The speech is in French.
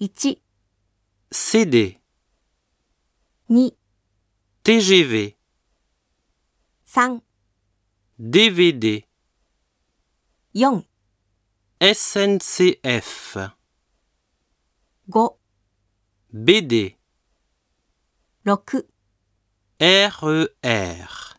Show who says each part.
Speaker 1: 1、
Speaker 2: CD,
Speaker 1: 2、
Speaker 2: TGV,
Speaker 1: 3、
Speaker 2: DVD,
Speaker 1: 4、
Speaker 2: SNCF,
Speaker 1: 5、
Speaker 2: BD,
Speaker 1: 6。
Speaker 2: RER.